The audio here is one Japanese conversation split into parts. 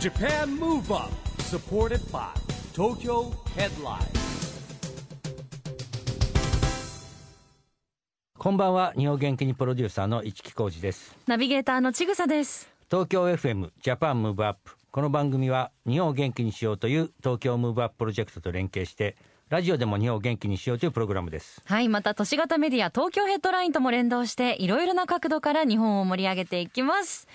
JAPAN MOVE UP SUPPORTED BY TOKYO HEADLINE こんばんは日本元気にプロデューサーの市木浩司ですナビゲーターのちぐさです。東京 FM ジャパンムーブアップこの番組は日本を元気にしようという東京ムーブアッププロジェクトと連携してラジオでも日本を元気にしようというプログラムですはい、また都市型メディア東京ヘッドラインとも連動して、いろいろな角度から日本を盛り上げていきます。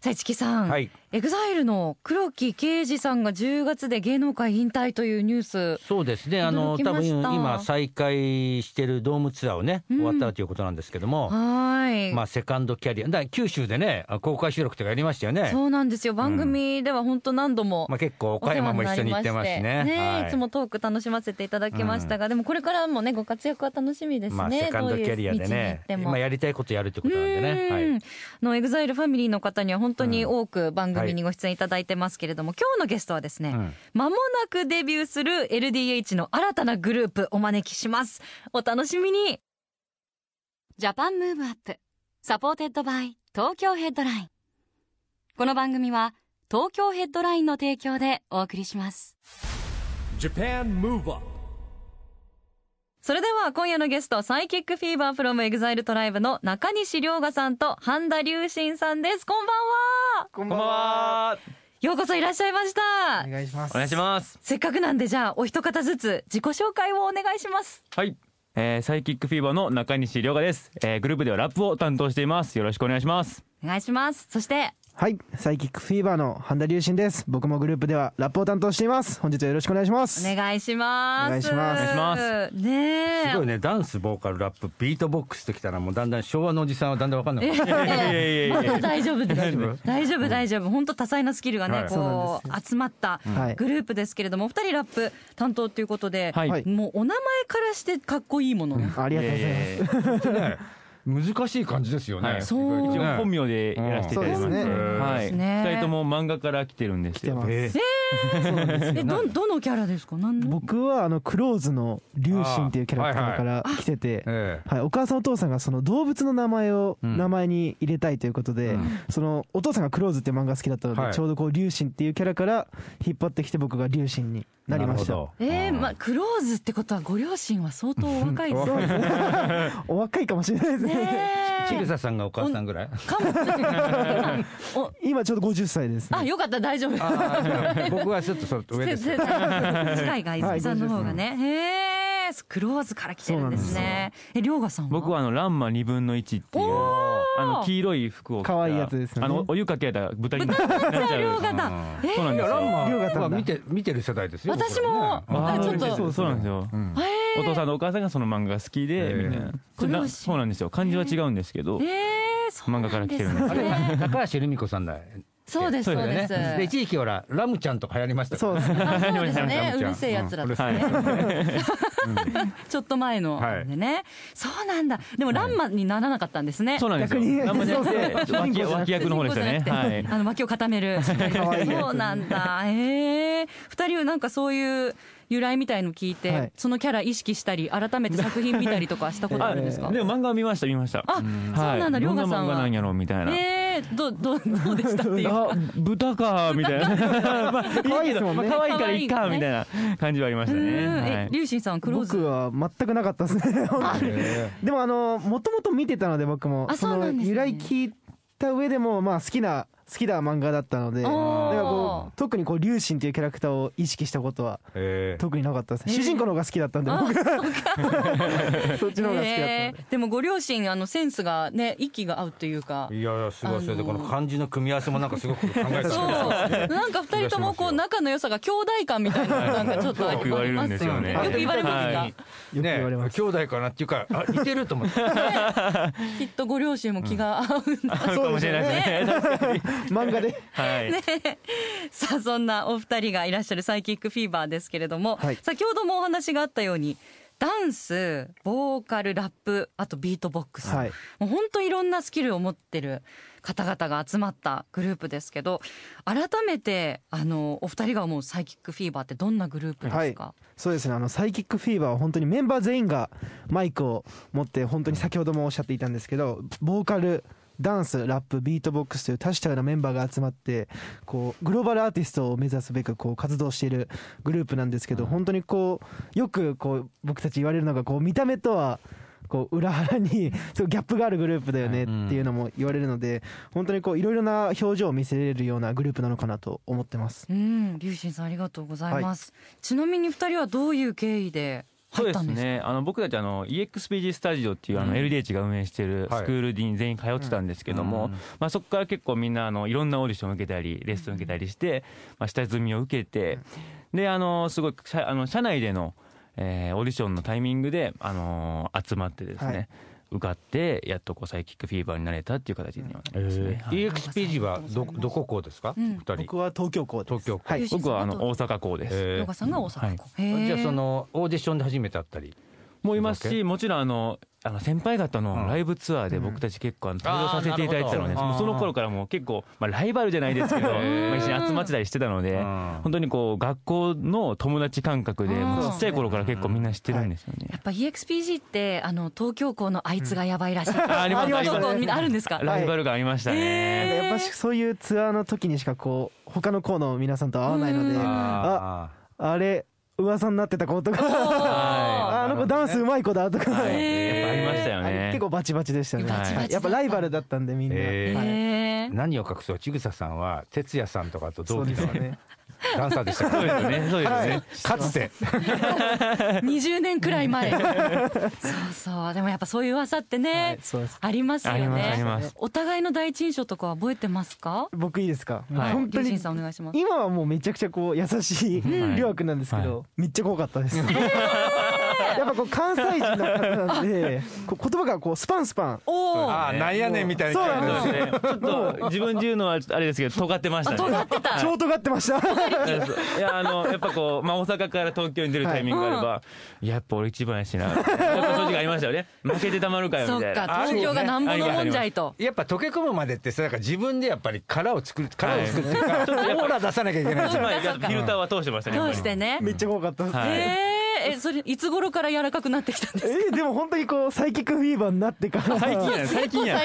さあ、市木さん、はいエグザイルの黒木啓司さんが10月で芸能界引退というニュース。そうですねあの驚き多ま分した今再開してるドームツアーをね、終わったということなんですけども、はーい。まあセカンドキャリアだから九州でねあ公開収録とかやりましたよねそうなんですよ。番組では本当何度も、まあ結構岡山も一緒に行ってますしお世話にねなりましてはいい、つもトーク楽しませていただきましたが、でもこれからもね、ご活躍は楽しみですね。まあセカンドキャリアでどういう道に行ねっても今やりたいことやるってことなんでね、はういん、あのエグザイルファミリーの方には本当に多く番組にご出演いただいてますけれども、今日のゲストはですね、ん間もなくデビューする LDH の新たなグループお招きしますお楽しみにジャパンムーブアップサポーテッドバイ東京ヘッドラインこの番組は東京ヘッドラインの提供でお送りします JAPAN MOVE UP それでは今夜のゲストサイキックフィーバーフロムエグザイルトライブの中西涼河さんと半田龍心さんですこんばんはこんこばんんばんは。は。ようこそいらっしゃいましたお願いします。お願いします。せっかくなんでじゃあお一方ずつ自己紹介をお願いしますはい。えー、サイキックフィーバーの中西涼河です、えー。グループではラップを担当しています。よろしくお願いします。お願いしますそしてはい、サイキックフィーバーの半田龍心です。僕もグループではラップを担当しています。本日はよろしくお願いします。お願いします。お願いしますお願いします。ねえ。すごいねダンスボーカルラップビートボックスときたらもうだんだん昭和のおじさんはだんだん分かんなくなっていやいやいやいやまいやだ大丈夫です。大丈夫大丈夫。本当多彩なスキルがはねい、こそうう集まったはいグループですけれども、お二人ラップ担当ということで、はい。はいもうお名前からしてかっこいいものね。ありがとうございます。ます。ね難しい感じですよね、はいそう意外一とね応本名でやらせていただいてます。うんそうですねはそうい。ですね二人とも漫画から来てるんです来てよ。ます。えーえ、どどのキャラですか。何の。僕はあのクローズの龍心っていうキャラクターから来てて、えはい、お母さんお父さんがその動物の名前をうん名前に入れたいということで、うんそのお父さんがクローズっていう漫画好きだったので、はいちょうどこう龍心っていうキャラから引っ張ってきて僕が龍心にえなりました。るほどえー、まあクローズってことはご両親は相当お若いですそうね。ですね お若いかもしれないですね。ちぐねささんがお母さんぐらいえ。かも。今お今ちょうど50歳ですね。あ、よかった大丈夫。あー僕はちょっとその上です世代近いが泉さんの方がね、へえクローズから来てるんですねえ涼河さんは僕はあのランマ二分の一っていう。あの黄色い服を着た。可愛いやつですよねあのお湯かけたら豚になっちゃ涼う。河だえそうなんいですやランよ。マ龍がは丹だ見て見てる世代ですよ私も僕らねあちょっとそうそうそうなんですよ。うんお父さんのお母さんがその漫画が好きえでえみたいなごそ両親うなそうなんですよ漢字は違うんですけどええそうなん漫画から来てるんでですすあねれた高橋留美子さんだそうですそうですで一時期ほらラムちゃんとか流行りましたからそうねですね。あそうですラムちねゃんうるせえやつらうんうとるせえかはいねちょっと前のはいでねそうなんだでもランマにならなかったんですねそうなんですよ逆になんもなくて脇脇役の方でしたね主人公じゃなくはいてあの脇を固める愛いそうなんだへえ二人はなんかそういう由来みたいの聞いて、はいそのキャラ意識したり改めて作品見たりとかしたことあるんです か、でも漫画は見ました見ましたあそうなんだど涼んな河さん漫画はなんやろうみたいなえー、どどどうでしたっていうか あ豚かみたいな まあ可愛いいでいけすもどんまあね可愛いからいいか可愛いみたいな感じはありましたねうんはえい龍心さんはクローズ僕は全くなかったで すね。えでもあのもともと見てたので僕もあそうなんのですね由来聞いた上でもまあ好きな好きな漫画だったのでだおからーこう特にこう龍神っていうキャラクターを意識したことはえええ特になかったですね主人公の方が好きだったんで僕が そっちの方が好きだったんえでーでもご両親あのセンスがね息が合うというかいやいやすごいそれであこのーの漢字の組み合わせもなんかすごく考えたんでそうなんか二人ともこう仲の良さが兄弟感みたいなのがなんかちょっとあよく言われるんですよねよく言われますが、はいねよく言われます兄弟かなっていうかあ似てると思 ってきっとご両親も気が合うんだ、あるかもしれないですね確かに漫画ではいさあそんなお二人がいらっしゃるサイキックフィーバーですけれども、はい先ほどもお話があったようにダンスボーカルラップあとビートボックス、はいもう本当いろんなスキルを持ってる方々が集まったグループですけど改めてあのお二人が思うサイキックフィーバーってどんなグループですか、そうですねあのサイキックフィーバーは本当にメンバー全員がマイクを持って本当に先ほどもおっしゃっていたんですけどボーカルダンスラップビートボックスという多種多様なメンバーが集まってこうグローバルアーティストを目指すべくこう活動しているグループなんですけど本当にこうよくこう僕たち言われるのがこう見た目とはこう裏腹にすごいギャップがあるグループだよねっていうのも言われるので本当にこういろいろな表情を見せれるようなグループなのかなと思ってます。うん、龍神さんありがとうございます。ちなみに二人はどういう経緯でそ入っうでたすんですか。ねあの僕たちあの EXPG スタジオっていうあうのん LDH が運営してるはいスクールに全員通ってたんですけども、うんまあ、そこから結構みんなあのいろんなオーディションを受けたりレッスンを受けたりして、まあ、下積みを受けてであのすごい社あの社内での、えーオーディションのタイミングで、あの集まってですね、はい受かってやっとこうサイキックフィーバーになれたっていう形にはなりますね、はい EXPG はどどこ校ですか、う二ん人僕は東京校です東京校はい僕はあの大阪校です、えヨガさんが大阪校。へーじゃあそのオーディションで初めて会ったりもいますそうだし、もちろんあの、あの先輩方のライブツアーで僕たち結構あの登場させていただいてたのあーなで、るほどもうその頃からもう結構、まあライバルじゃないですけど、まーあ一緒に集まってたりしてたのでうん、本当にこう学校の友達感覚で、うんもうちっちゃい頃から結構みんな知ってるんですよねや。っぱ EXPG ってあの東京校のあいつがやばいらしい。あります東京ありま校すみんなあるんですか。ライバルがありましたね。やっぱしそういうツアーの時にしかこう他の校の皆さんと会わないのでうんあああれ噂になってた子とかはあの子ダンスうまい子だとか、い。はいへーやっぱありましたよあれね結。構バチバチでしたね、バチバチだはいやっぱライバルだったんでみんな、へーはいへー何を隠そう千草さんは哲也さんとかとそ同う期ですよの ねダンサーでしたかそうですよね。そうですよね。かつて20年くらい前。そうそう。でもやっぱそういう噂ってね、そうですありますよありますありね。ます。お互いの第一印象とかは覚えてますか。僕いいですか、はい本当龍に神さんお願いします。今はもうめちゃくちゃこう優しいんりょうくんなんですけど、はめっちゃ怖かったです、やっぱこう関西人の方なんでこう言葉がこうスパンスパンおお。ああなんやねんみたいなそうそうでなすんね。ちょっと自分で言うのはあれですけど、尖ってましたね。尖ってた。超尖ってましたいやあのやっぱこう、まあ、大阪から東京に出るタイミングがあれば、いややっぱ俺一番やしなやっぱ正直ありましたよね負けてたまるかよそみったいなか。東京がなんぼのもんじゃいと。やっぱ溶け込むまでってさなんか自分でやっぱり殻を作る殻を作るっていうか、 オーラ出さなきゃいけないじゃんまあやっぱフィルターは通してましたねやっぱどうりしてね。めっちゃ怖かったです、はいええそれいつ頃から柔らかくなってきたんですか。えーでも本当にこうサイキックフィーバーになってから最近やん最近やん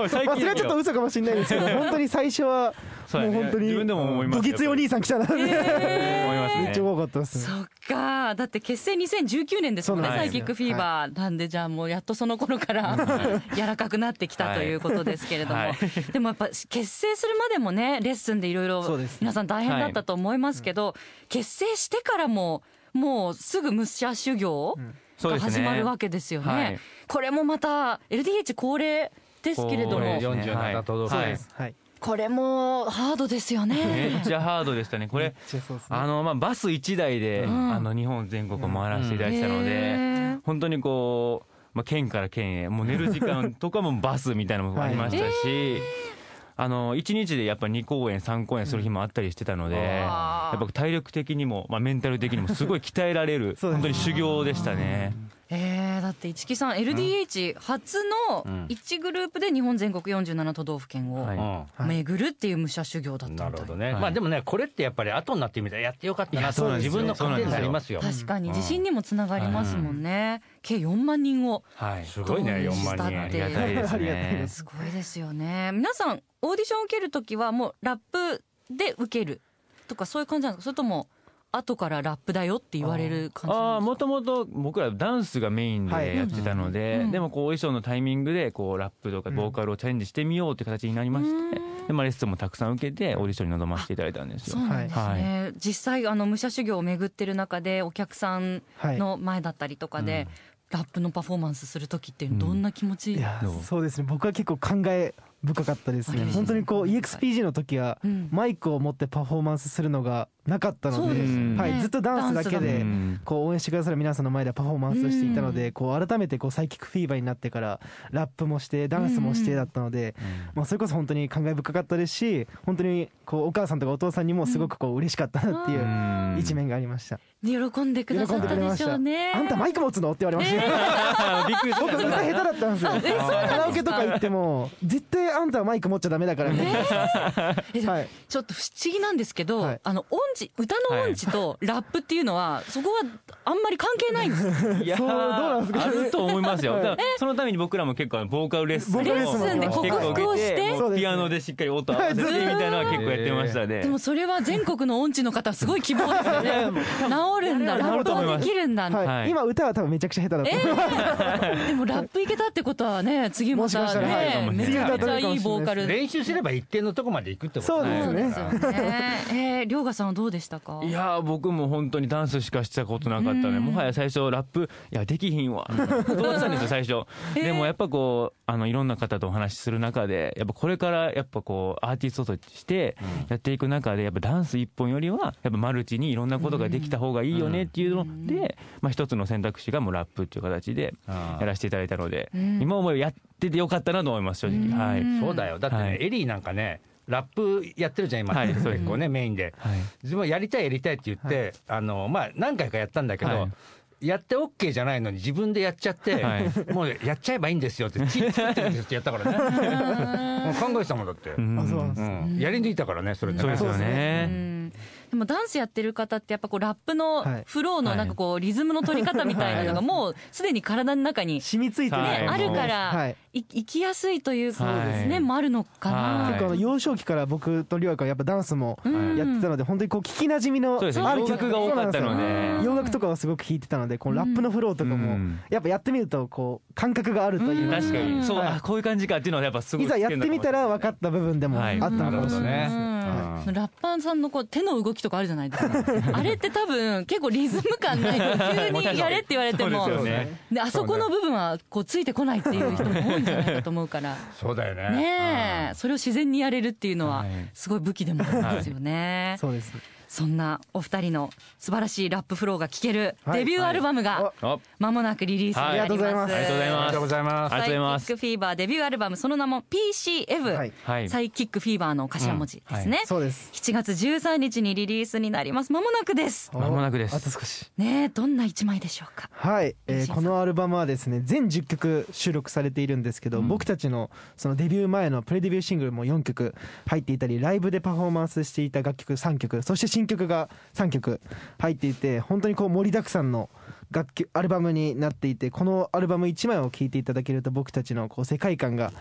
おい最まあ、そ近れやはんちょっと嘘かもしれないですけど、本当に最初は、そうもやうね本当に、自分でも思います不吉お兄さん来たなって、思いますねめっちゃ怖かったですね。そっかだって結成2019年ですもんねそうなサイんですキよックフィーバーなんでじゃあもうやっとその頃から 柔らかくなってきたということですけれどもはいでもやっぱ結成するまでもねレッスンでいろいろそうですね皆さん大変だったと思いますけど結成してからももうすぐ武者修行そうがです始ねまるわけですよはいね。これもまた LDH 恒例ですけれど恒例もですね47都道府はい県はい。これもハードですよめっね。ちゃハードで したねこれじゃあそうですね。あの、まあ、バス1台で、んあの日本全国を回らせていただいてたのへで、ー本当にこう、まあ、県から県へもう寝る時間とかもバスみたいなのもありましたし、あの1日でやっぱ2公演3公演する日もあったりしてたので、あーやっぱ体力的にも、まあ、メンタル的にもすごい鍛えら れるそうです本当に修行でしたね。えー、だって市木さん LDH 初の1グループで日本全国47都道府県をはういん巡るっていう武者修行だったみたないるほどね、はいまあでもねこれってやっぱり後になってみたらやってよかったいなやそうとなんです自よ分の糧になりますよ確かに自信にもつながりますもんね、計4万人をはい、すごいねどう4し万たっ人てあありりががたいたいですありがたいでね。すごいですよね皆さんオーディションを受ける時はもうラップで受けるとかそういう感じなんですかそれとも後からラップだよって言われる感じあなあんですもともと僕らダンスがメインはいでやってたので、うんでもこうお衣装のタイミングでこうラップとかボーカルをチャレンジしてみようって形になりまして、でまあ、レッスンもたくさん受けてオーディションに臨ませていただいたんですそよう。なんですね、はい実際あの武者修行を巡ってる中でお客さんはい。の前だったりとかで、ラップのパフォーマンスする時ってどんな気持ち、いやどう、そうですね。僕は結構考え深かったですあねいい。ですね本当にこう、EXPG の時はう、んマイクを持ってパフォーマンスするのがなかったそのうでですよね、はい。ずっとダンスだけダンスだでも、 こう応援してくださる皆さんの前でパフォーマンスをしていたのうで、こう改めてこうサイキックフィーバーになってからラップもしてダンスもしうてんだったので、まあ、それこそ本当に感慨深かったですし本当にこうお母さんとかお父さんにもすごくこう嬉しかったなっていううん一面がありました、喜んでくださったでしょうね。あんたマイク持つ のって言われました、びっくりした僕歌下手だったんですよカラオケとか行っても絶対があんたはマイク持っちゃダメだからみたいえな。はい。ちょっと不思議なんですけど、はいあの音痴歌の音痴とラップっていうのは、そこはあんまり関係ないんです。いやそうどうなんですかあると思いますよ。はいだからそのために僕らも結構あのボーカルレッスンをボーカルレッスンもレッスンで結構受け克服をしてもうピアノでしっかり音合わせてみたいなのは結構やってましたねで。もそれは全国の音痴の方はすごい希望ですよね。治るんだ、いやラ治ッるとプ思いもますできるんだ。はいはい今歌は多分めちゃくちゃ下手だと思う。でもラップいけたってことはね、次もましかしたたらね、はいめちゃめちゃいいボーカル。練習すれば一定のとこまで行くってことそうそうでですすねよね。えー、りょうがさんはどうでしたかいやー僕も本当にダンスしかしたことなかったうねんもはや最初ラップいやできひんわ断ってたんですよ 最初でもやっぱこうあのいろんな方とお話しする中でやっぱこれからやっぱこうアーティストとしてやっていく中でやっぱダンス一本よりはやっぱマルチにいろんなことができた方がいいよねっていうのでまあ一つの選択肢がもうラップっていう形であーやらせていただいたのでうん今思えばやっててよかったなと思います正直はいうんそうだよだってね、はいエリーなんかねラップやってるじゃん今、はいそうです結構ねメインではい自分はやりたいやりたいって言って、あのまあ何回かやったんだけど、はいやって OK じゃないのに自分でやっちゃって、はいもうやっちゃえばいいんですよってチー作ってるんですってやったからねもう考えてたもんだって、ううんんあそうなんですやり抜いたからねそれってそうねですようねんでもダンスやってる方ってやっぱこうラップのはいフローのなんかこうリズムの取り方みたいなのがもうすでに体の中にね染みついてる。はあるかはらいい生きやすいというかですはねいもあるのかはな。結構あの幼少期から僕とりょうやくんはやっぱダンスもうんやってたので本当にこう聞きなじみのそうですねある洋楽が多かっそたうのなんすでよ洋楽とかはすごく弾いてたのでこのラップのフローとかうもんやっぱやってみるとこう感覚があるという確かにそう、はいあこういう感じかっていうのはやっぱすごいいざやってみたら分かっった部分でもあはっいたのかなるもほしどれないですねね、うんラッパーさんのこう手の動きとかあるじゃないですかあれって多分結構リズム感ないと急にやれって言われてもそうですよねであそこの部分はこうついてこないっていう人も多いんじゃないかと思うから。そうだよねねえ、それを自然にやれるっていうのははいすごい武器でもあるんですよね。そうですそんなお二人の素晴らしいラップフローが聴けるはいデビューアルバムがたあまもなくリリースにはないります。あありがとうござあいりまがすとうございますありがとうございまサすイキックフィーバーデビューアルバムその名も PCF、はいはいサイキックフィーバーの頭文字ですね。うんはそうです7月13日にリリースになります。まもなくです。間もなくですあと少しねえ、どんな一枚でしょうか。はい、西えーさんこのアルバムはですね全10曲収録されているんですけど、僕たちのそのデビュー前のプレデビューシングルも4曲入っていたりライブでパフォーマンスしていた楽曲3曲そして新曲が3曲入っていて本当にこう盛りだくさんの楽曲アルバムになっていてこのアルバム1枚を聴いていただけると僕たちのこう世界観が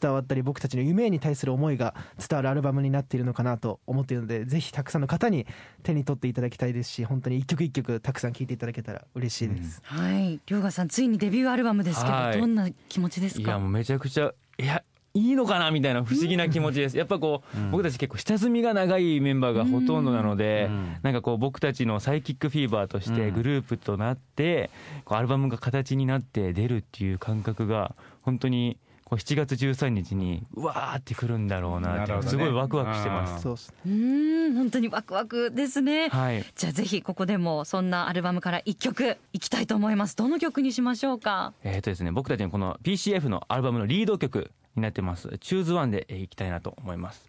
伝わったり僕たちの夢に対する思いが伝わるアルバムになっているのかなと思っているのでぜひたくさんの方に手に取っていただきたいですし本当に1曲1曲たくさん聴いていただけたら嬉しいです。はい、りょうがさんついにデビューアルバムですけはいど、どんな気持ちですいかや。もうめちゃくちゃいやいいのかなみたいな不思議な気持ちです、やっぱこう、僕たち結構下積みが長いメンバーがほとんどなので、うんなんかこう僕たちのサイキックフィーバーとしてうんグループとなって、こうアルバムが形になって出るっていう感覚が本当にこう7月13日にうわーってくるんだろうなってなるほどねすごいワクワクしてます。そうっすねうーん、本当にワクワクですね。はいじゃあぜひここでもそんなアルバムから一曲いきたいと思います。どの曲にしましょうか。えーとですね、僕たちのこの PCF のアルバムのリード曲になってます「チューズワンでえーいきたいなと思います。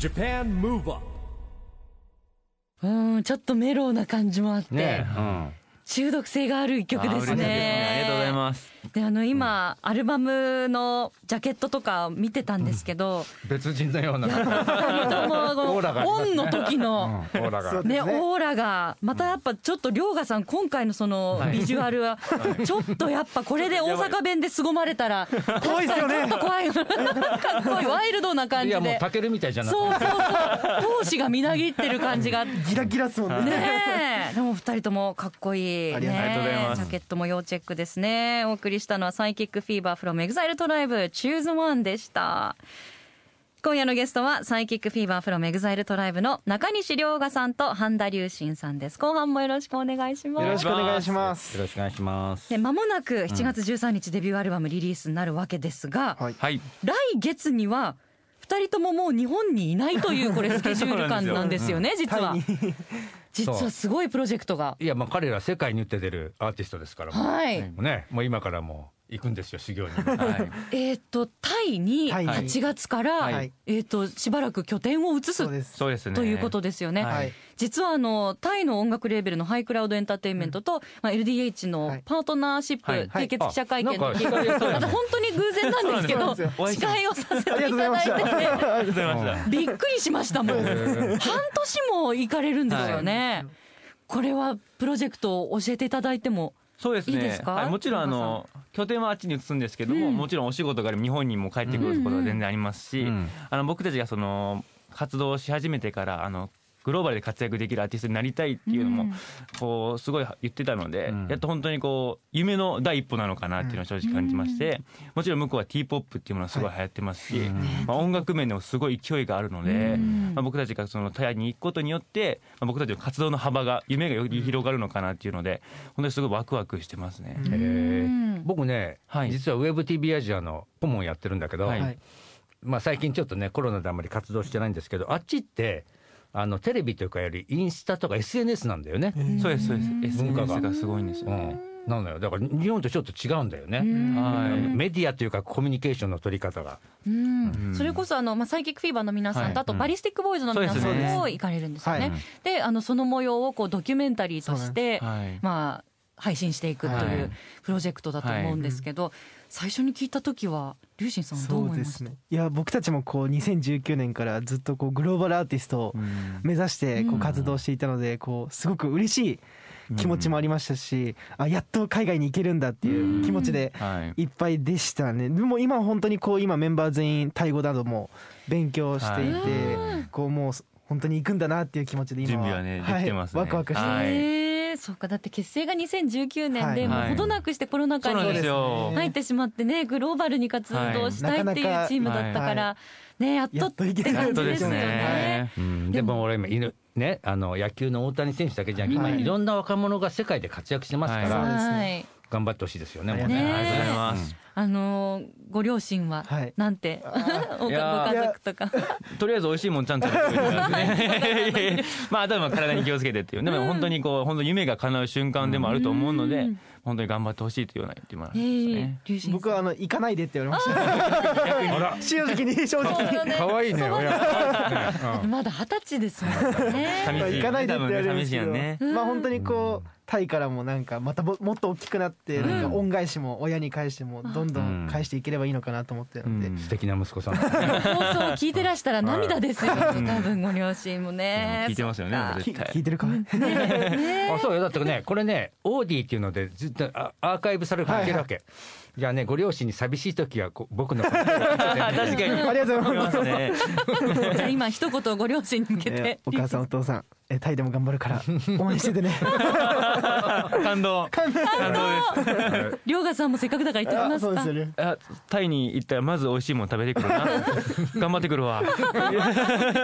Japan Move Up うーん、ちょっとメロウな感じもあって、ねうん中毒性がある一曲あーで嬉しすいね。ありがとうございます。で、あの今、アルバムのジャケットとか見てたんですけど、別人のような本当もうオーラがありオますねンの時うんの。オーラがそうね、ですねオーラがまたやっぱちょっと涼河さん今回のそのビジュアルはちょっとやっぱこれで大阪弁で凄まれたら怖いですよねちょっと怖いかっこいいワイルドな感いじやもうでタケルみたいじゃなくてそうそうそう闘志がみなぎってる感じがあってギラギラっすもんねね えでもお二人ともかっこいいありがとうございねまジすャケットも要チェックですねお送りしたのはサイキックフィーバー from EXILE TRIBE Choose One でした今夜のゲストはサイキックフィーバー from EXILE TRIBE の中西涼河さんと半田龍心さんです後半もよろしくお願いしますよろしくお願いしますよろしくお願いしますで間もなく7月13日デビューアルバムリリースになるわけですが、はいはい来月には2人とももう日本にいないというこれスケジュール感なんですよね実は実そはうすごいプロジェクトがいやまあ彼ら世界に打って出るアーティストですからもはい、うねもう今からもう行くんですよ修行に。 はいえっ、とタイにタイに8月から、はいえっ、としばらく拠点を移すそうですそうですね。ということですよね。はいはい実はあのタイの音楽レーベルのハイクラウドエンターテインメントと、まあ、LDH のパートナーシップ、はいはい締結記者会見のあなんか日そうですね私本当に偶然なんですけそうどなんですよ司会をさせていありがとうござたいまだしたいててありがとうございましびっくりしましたもん半年も行かれるんですよね、これはプロジェクトを教えていただいてもた。そうですね。いいですかはいもちろんあの拠点はあっちに移すんですけども、もちろんお仕事があれば日本にも帰ってくることは全然ありますし、うんあの僕たちがその活動し始めてからあの。グローバルで活躍できるアーティストになりたいっていうのも、こうすごい言ってたので、うんやっと本当にこう夢の第一歩なのかなっていうのを正直感じまして、もちろん向こうは T ポップっていうものがすごい流行ってますし、まあ、音楽面でもすごい勢いがあるので、まあ、僕たちがそのタイに行くことによって、まあ、僕たちの活動の幅が夢がより広がるのかなっていうので本当にすごいワクワクしてますね。へー僕ね、はい実はウェブ TV アジアの顧問やってるんだけど、はいはいまあ、最近ちょっとねコロナであんまり活動してないんですけどあっちってあのテレビというかよりインスタとか SNS なんだよね。そうですそうです文化が SNS がすごいんですうよねん、なのよだから日本とちょっと違うんだよね、はいメディアというかコミュニケーションの取り方がうんそれこそあの、まあ、サイキックフィーバーの皆さんと、はいあとバリスティックボーイズの皆さそうですんねも行かれるんですよね。はでいあのその模様をこうドキュメンタリーとして、はいまあ配信していくとはいいうプロジェクトだと思うんですけど、最初に聞いた時は龍神さんはどうそう思いでました、すねいや僕たちもこう2019年からずっとこうグローバルアーティストをうん目指してうこんう活動していたのでこうすごく嬉しい気持ちもありましたしあやっと海外に行けるんだっていう気持ちではいいっぱいでしたねでも今本当にこう今メンバー全員タイ語なども勉強していて、こうもう本当に行くんだなっていう気持ちで今準備はねできてますねワクワクして、はいへえそうかだって結成が2019年で、はいもうほどなくしてコロナ禍そうになんですそうよですね入ってしまってねグローバルに活動したいっていはういチームだったから、なねやっとやっとっいけてた感やっじとでですすよねね。うんでも俺今いるねあの野球の大谷選手だけじゃなくて今はいいろんな若者が世界で活躍してますから、はいはい頑張ってほしいですよねもうねねありがとうございます。あのーご両親は、はいなんて おごい家やー族とかとりあえず美味しいもんちゃんと食べてくださいねいやいや まああとは体に気をつけてっていうでも本当にこう本当夢が叶う瞬間でもあると思うので本当に頑張ってほしいというような言ってもらいえましたえね龍神僕さはあんの行かないでって言われました正直 に正直に可愛いね親 まだ二十歳ですもんね寂しいよね行かないでって言われるんですけ多ど、分ね寂しいよねまあ本当にこうタイからもなんかまたぼもっと大きくなってなんか恩返しも親に返してもどんどん返していければいいのかなと思ってるので、うん素敵な息子さん放送聞いてらしたら涙ですよ多分ご両親もね聞いてますよねき絶聞対いてるか、あそうよだってねこれねオーディっていうのでずっとあアーカイブされるからいけるわけ、じゃあねご両親に寂しい時はこう僕の 声を聞いてね 確か にありがとうございますそうね じゃあ今一言ご両親に向けえてーお母さんお父さんえータイでも頑張るから応援しててね 感動感動です龍河さんもせっかくだから言ってきあまそすうでかすよねあタイに行ったらまず美味しいもん食べてく るな頑張ってくるわ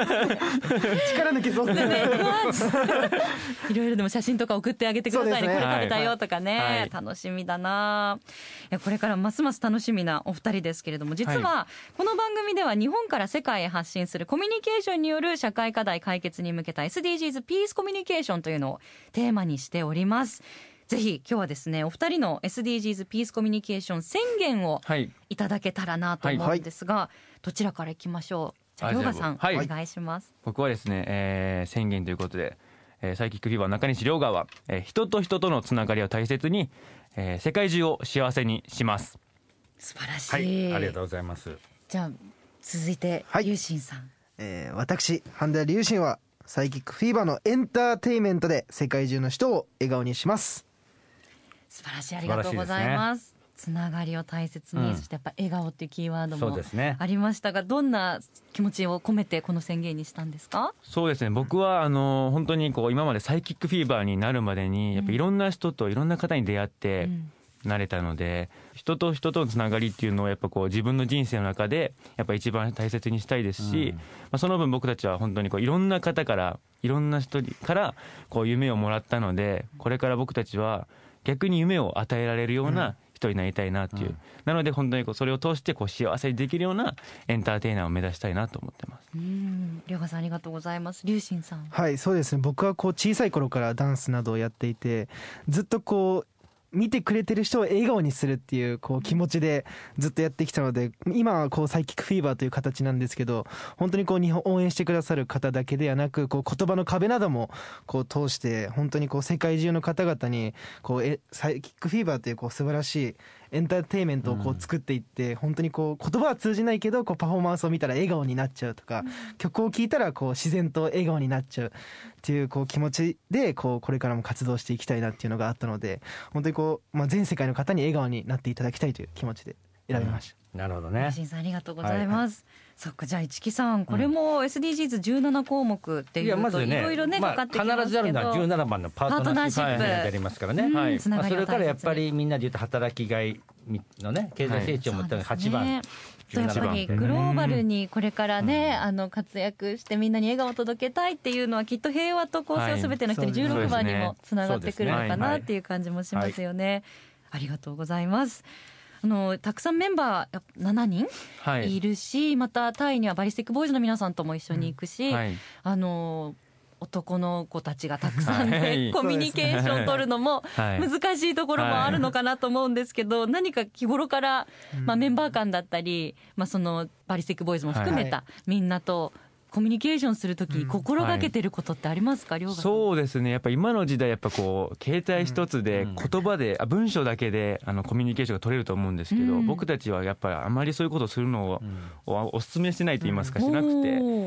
力抜けそうですねねうわ ーいろいろでも写真とか送ってあげてくださいねそうですねこれ食べたよとかね、はい楽しみだないやこれからますます楽しみなお二人ですけれども実はこの番組では日本から世界へ発信するコミュニケーションによる社会課題解決に向けた SDGs ピースコミュニケーションというのをテーマにしておりますぜひ今日はですねお二人の SDGs ピースコミュニケーション宣言をはいいただけたらなと思うんですが、どちらからいきましょうじゃあありょうじゃあがさん、はいお願いします僕はですね、えー宣言ということで、えーサイキックフィーバー中西良川は、えー人と人とのつながりを大切に、えー世界中を幸せにします素晴らしはいありがとうございますじゃあ続いてはいゆうしんさんえー私半田龍心はサイキックフィーバーのエンターテインメントで世界中の人を笑顔にします素晴らしいありがとうございますつながりを大切に、うんそしてやっぱ笑顔っていうキーワードそうもですねありましたが、どんな気持ちを込めてこの宣言にしたんですかそうですね僕はあのー本当にこう今までサイキックフィーバーになるまでにやっぱいろんな人といろんな方に出会って慣れたので、人と人とのつながりっていうのをやっぱこう自分の人生の中でやっぱ一番大切にしたいですし、まあ、その分僕たちは本当にこういろんな方からいろんな人にからこう夢をもらったのでこれから僕たちは逆に夢を与えられるような人になりたいなっていう、なので本当にこうそれを通してこう幸せにできるようなエンターテイナーを目指したいなと思ってます。うんりょうがさんありがとうございますりゅうしんさんはいそうですね僕はこう小さい頃からダンスなどをやっていてずっとこう見てくれてる人を笑顔にするっていうこう気持ちでずっとやってきたので今はこうサイキックフィーバーという形なんですけど本当にこう日本応援してくださる方だけではなくこう言葉の壁などもこう通して本当にこう世界中の方々にこうえサイキックフィーバーというこう素晴らしいエンターテインメントをこう作っていって、本当にこう言葉は通じないけどこうパフォーマンスを見たら笑顔になっちゃうとか、曲を聴いたらこう自然と笑顔になっちゃうっていうこう気持ちでこうこれからも活動していきたいなっていうのがあったので本当にこう、まあ、全世界の方に笑顔になっていただきたいという気持ちで選びました。なるほどね西。井さんありがとうございます。そっかじゃあ一木さんこれも SDGs17 項目っていいやまうとずいね、ろいろねまかかあってきますけど。必ずあるのは17番のパートナーシパーップトナーシップでありますからね。うんはいつなまあ、がそりれが大切からやっぱりみんなで言うと働きがいのね経済成長もそうですね8番、やっ17ぱ番りグローバルにこれからね、あの活躍してみんなに笑顔を届けたいっていうのはきっと平和と交渉すべての人にはいそう16です番にねもつながってくるのかなっていう感じもしますよね。ありがとうございます。あのたくさんメンバーやっぱ7人はいい。るし、またタイにはバリスティックボーイズの皆さんとも一緒に行くし、はい。あの男の子たちがたくさんで、はいコミュニケーション取るのもはい難しいところもあるのかなと思うんですけど、何か日頃から、まあ、メンバー間だったり、まあ、そのバリスティックボーイズも含めた、はみんなとコミュニケーションするとき、心がけてることってありますか、両そうですねやっぱ今の時代やっぱこう携帯一つでうん言葉で、あ文章だけであのコミュニケーションが取れると思うんですけど、うん僕たちはやっぱりあまりそういうことをするのを、おお勧めしてないと言いますか、うんしなくてお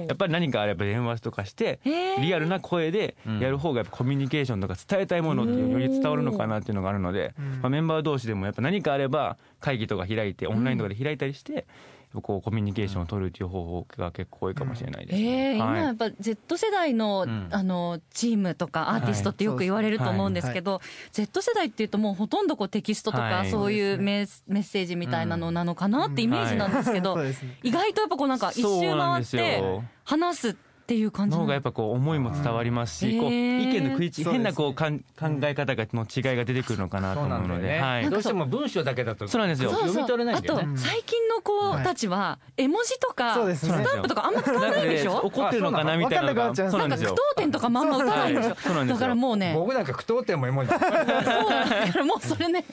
ーやっぱり何かあれば電話とかしてへーリアルな声でうんやる方がやっぱコミュニケーションとか伝えたいものっていうより伝わるのかなっていうのがあるので、んまあ、メンバー同士でもやっぱ何かあれば会議とか開いてオンラインとかで開いたりして、こうコミュニケーションを取るっていう方法が結構多いかもしれないですえね。ーはい今やっぱ Z 世代の,、んあのチームとかアーティストってよく言われると思うんですけど、Z 世代っていうともうほとんどこうテキストとか、はいそういうメスメッセージみたいなのなのかなってイメージなんですけど、そうですね意外とやっぱこうなんか一周そうなん回っですよて話すっていう感じなの方んがやっぱこう思いも伝わりますし、こうへ意ー見の食い違いそうですね変なこうかん考え方がの違いが出てくるのかなとそうな思うんだのよで、ね、はいどうしても文章だけだとそうなんですよそうそう読み取れないんだよねあと最近の子たちは絵文字とかそうですスねタンプとかあんま使わないでしなんかねょ怒ってるのかなみたいわかんななのくなっちゃがうそうななかんんです句よ読点とかまんま打たないでしょそうなんですよだからもうね僕なんか句読点も絵文字そうなんだからもうそれね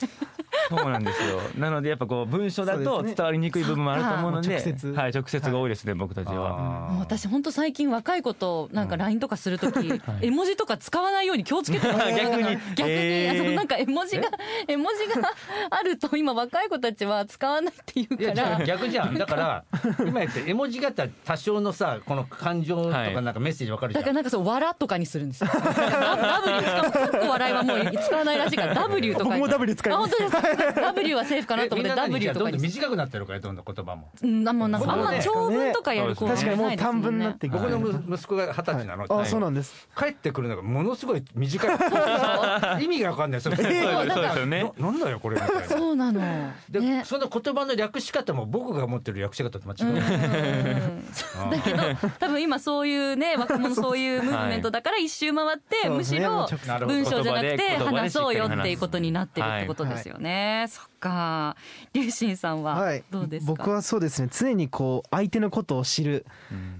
そうなんですよなのでやっぱこう文章だそとうですね伝わりにくい部分もあると思うのでそっかもう直接はい直接が多いですね僕たちはあもう私本当最近若い子となんか LINE とかするとき、絵文字とか使わないように気をつけてます逆に逆に、えーそのなんか絵文字が絵文字があると今若い子たちは使わないっていういやかじゃらあ逆じゃんだから今やって絵文字があったら多少のさこの感情とかはいなんかメッセージわかるじだゃん、からなんかそう「笑」とかにするんですよダダブルしかもかっこ笑いはもう使わないらしいから「W」とか僕も W 使いあま本す当ですか W はセーフかなと思っえてみんな何じゃ W あとかどんどにんする短くなってるからどんどん言葉もうんあもうなんかあんま長文とかやる子は確かにもう短文になってきて僕のむ息子が二十歳なの、あそうなんです帰ってくるのがものすごい短 い意味がわかんないそれ、そうですそうですよねななんだよこれみたいなそうなので、ねその言葉の略し方も僕が持ってる略し方と間うん違う、 だけど多分今そういう ね若者そういうムーブメントだから一周回ってそうむですしねろもう直接なるほど文章じゃなくて言葉で話そうよっていうことになってるってことですよねそっか龍心さんは、はいどうですか僕はそうですね常にこう相手のことを知る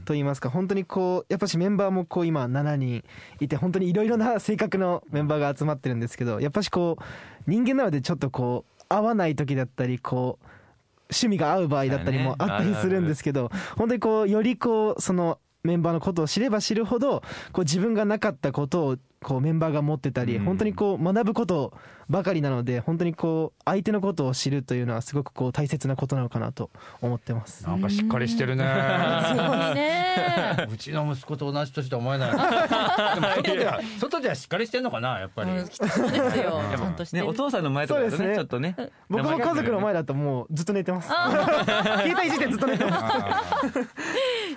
と言いますか本当にこうやっぱしメンバーもこう今7人いて本当にいろいろな性格のメンバーが集まってるんですけどやっぱしこう人間なのでちょっとこう合わない時だったりこう趣味が合う場合だったりもだよねあったりするんですけど本当にこうよりこうそのメンバーのことを知れば知るほどこう自分がなかったことをこうメンバーが持ってたりうん本当にこう学ぶことばかりなので本当にこう相手のことを知るというのはすごくこう大切なことなのかなと思ってます。なんかしっかりしてるねそうねうちの息子と同じ年とは思え ないでも外では外ではしっかりしてんのかなやっぱり、うんきっとそうですよ ちゃんとしてねるお父さんの前とかだとそうですねねちょっとね僕も家族の前だともうずっと寝てます。 携帯いじってずっと寝てます。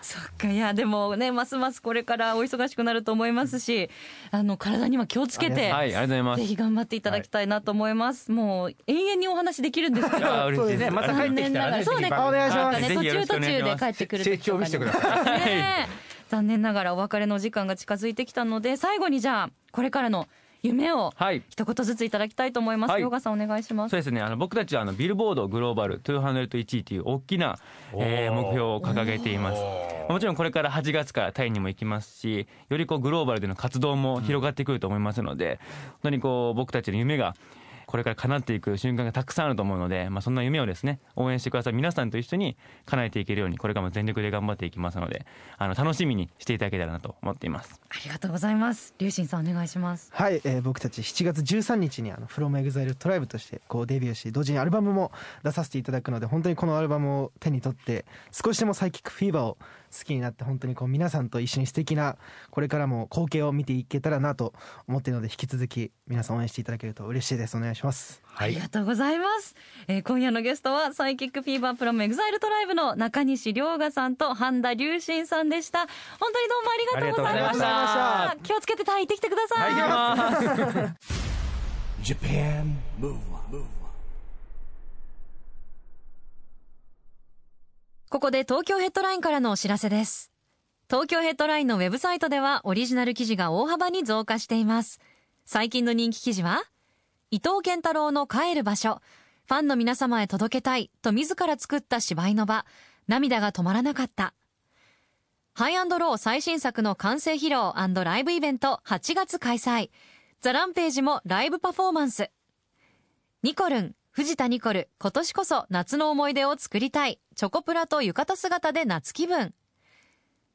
そっかいやでもねますますこれからお忙しくなると思いますしあの体には気をつけてはいありがとうございますぜひ頑張っていただきたいなと思います、もう永遠にお話できるんですけどあー嬉しいそうですでねすまた帰ってきたらねそうぜねひ番組お願いしますなんかねぜ途ひよ中ろし途くお願い中でします帰ってくる成長見せてくださいい、ねえ残念ながらお別れの時間が近づいてきたので最後にじゃあこれからの夢をはい一言ずついただきたいと思います、はいヨガさんお願いしますそうですねあの僕たちはあのビルボードグローバル201位という大きな、えーおー目標を掲げていますまあもちろんこれから8月からタイにも行きますしよりこうグローバルでの活動も広がってくると思いますので、本当にこう僕たちの夢がここれから叶っていく瞬間がたくさんあると思うので、まあ、そんな夢をですね応援してくださる皆さんと一緒に叶えていけるようにこれからも全力で頑張っていきますのであの楽しみにしていただけたらなと思っています。ありがとうございます。龍神さんお願いします。はい、えー僕たち7月13日にあの From Exile Tribe としてこうデビューし同時にアルバムも出させていただくので本当にこのアルバムを手に取って少しでもサイキックフィーバーを好きになって本当にこう皆さんと一緒に素敵なこれからも光景を見ていけたらなと思っているので引き続き皆さん応援していただけると嬉しいですお願いしますはありがとうございます、えー今夜のゲストはサイキックフィーバープロムエグザイルトライブの中西涼賀さんと半田龍心さんでした本当にどうもありがとうございましたありがとうございま気をつけてタイ行ってきてください、 Japan Move Up ここで東京ヘッドラインからのお知らせです。東京ヘッドラインのウェブサイトではオリジナル記事が大幅に増加しています。最近の人気記事は、伊藤健太郎の帰る場所、ファンの皆様へ届けたいと自ら作った芝居の場、涙が止まらなかった。ハイロー最新作の完成披露ライブイベント8月開催。ザランページもライブパフォーマンス。ニコルン、藤田ニコル、今年こそ夏の思い出を作りたい。チョコプラと浴衣姿で夏気分。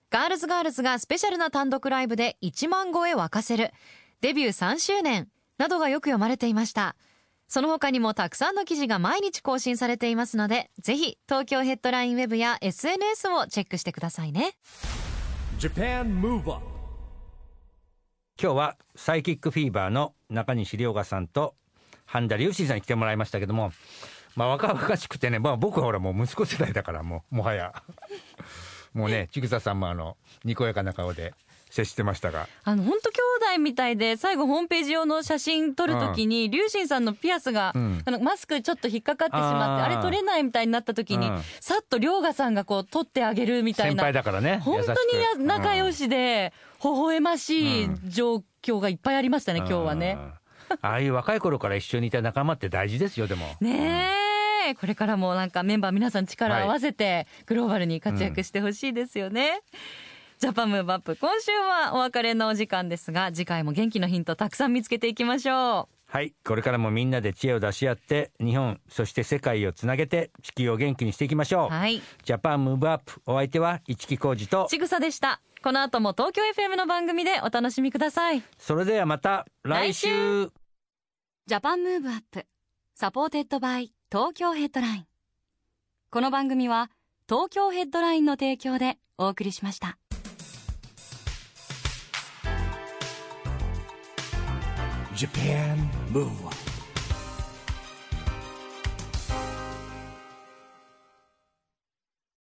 ガールズガールズがスペシャルな単独ライブで1万超え沸かせる。デビュー3周年。などがよく読まれていました。その他にもたくさんの記事が毎日更新されていますので、ぜひ東京ヘッドラインウェブや SNS をチェックしてくださいね。 Japan Move Up 今日はサイキックフィーバーの中西涼賀さんと半田龍心さんに来てもらいましたけどもまあ若々しくてね、まあ、僕はほらもう息子世代だからもうも はやもうね千草さんもあのにこやかな顔で接してましたがあの本当兄弟みたいで最後ホームページ用の写真撮るときに龍神さんのピアスが、うんあのマスクちょっと引っかかってしまってあーあれ取れないみたいになったときに、うんさっと涼賀さんがこう撮ってあげるみたい先な輩だからね本当に優しくや仲良しで、微笑ましい状況がいっぱいありましたね、今日はね。うんああいう若い頃から一緒にいた仲間って大事ですよでもねえ、これからもなんかメンバー皆さん力を合わせて、グローバルに活躍してほしいですよね。ジャパンムーブアップ、今週はお別れのお時間ですが、次回も元気のヒントたくさん見つけていきましょはいこれからもみんなで知恵を出し合って日本そして世界をつなげて地球を元気にしていきましょう。う、はい。ジャパンムーブアップお相手は市木浩二とちぐさでした。この後も東京 FM の番組でお楽しみください。それではまた来週来ジャパンムーブアップサポーテッドバイ東京ヘッドラインこの番組は東京ヘッドラインの提供でお送りしました Japan Move Up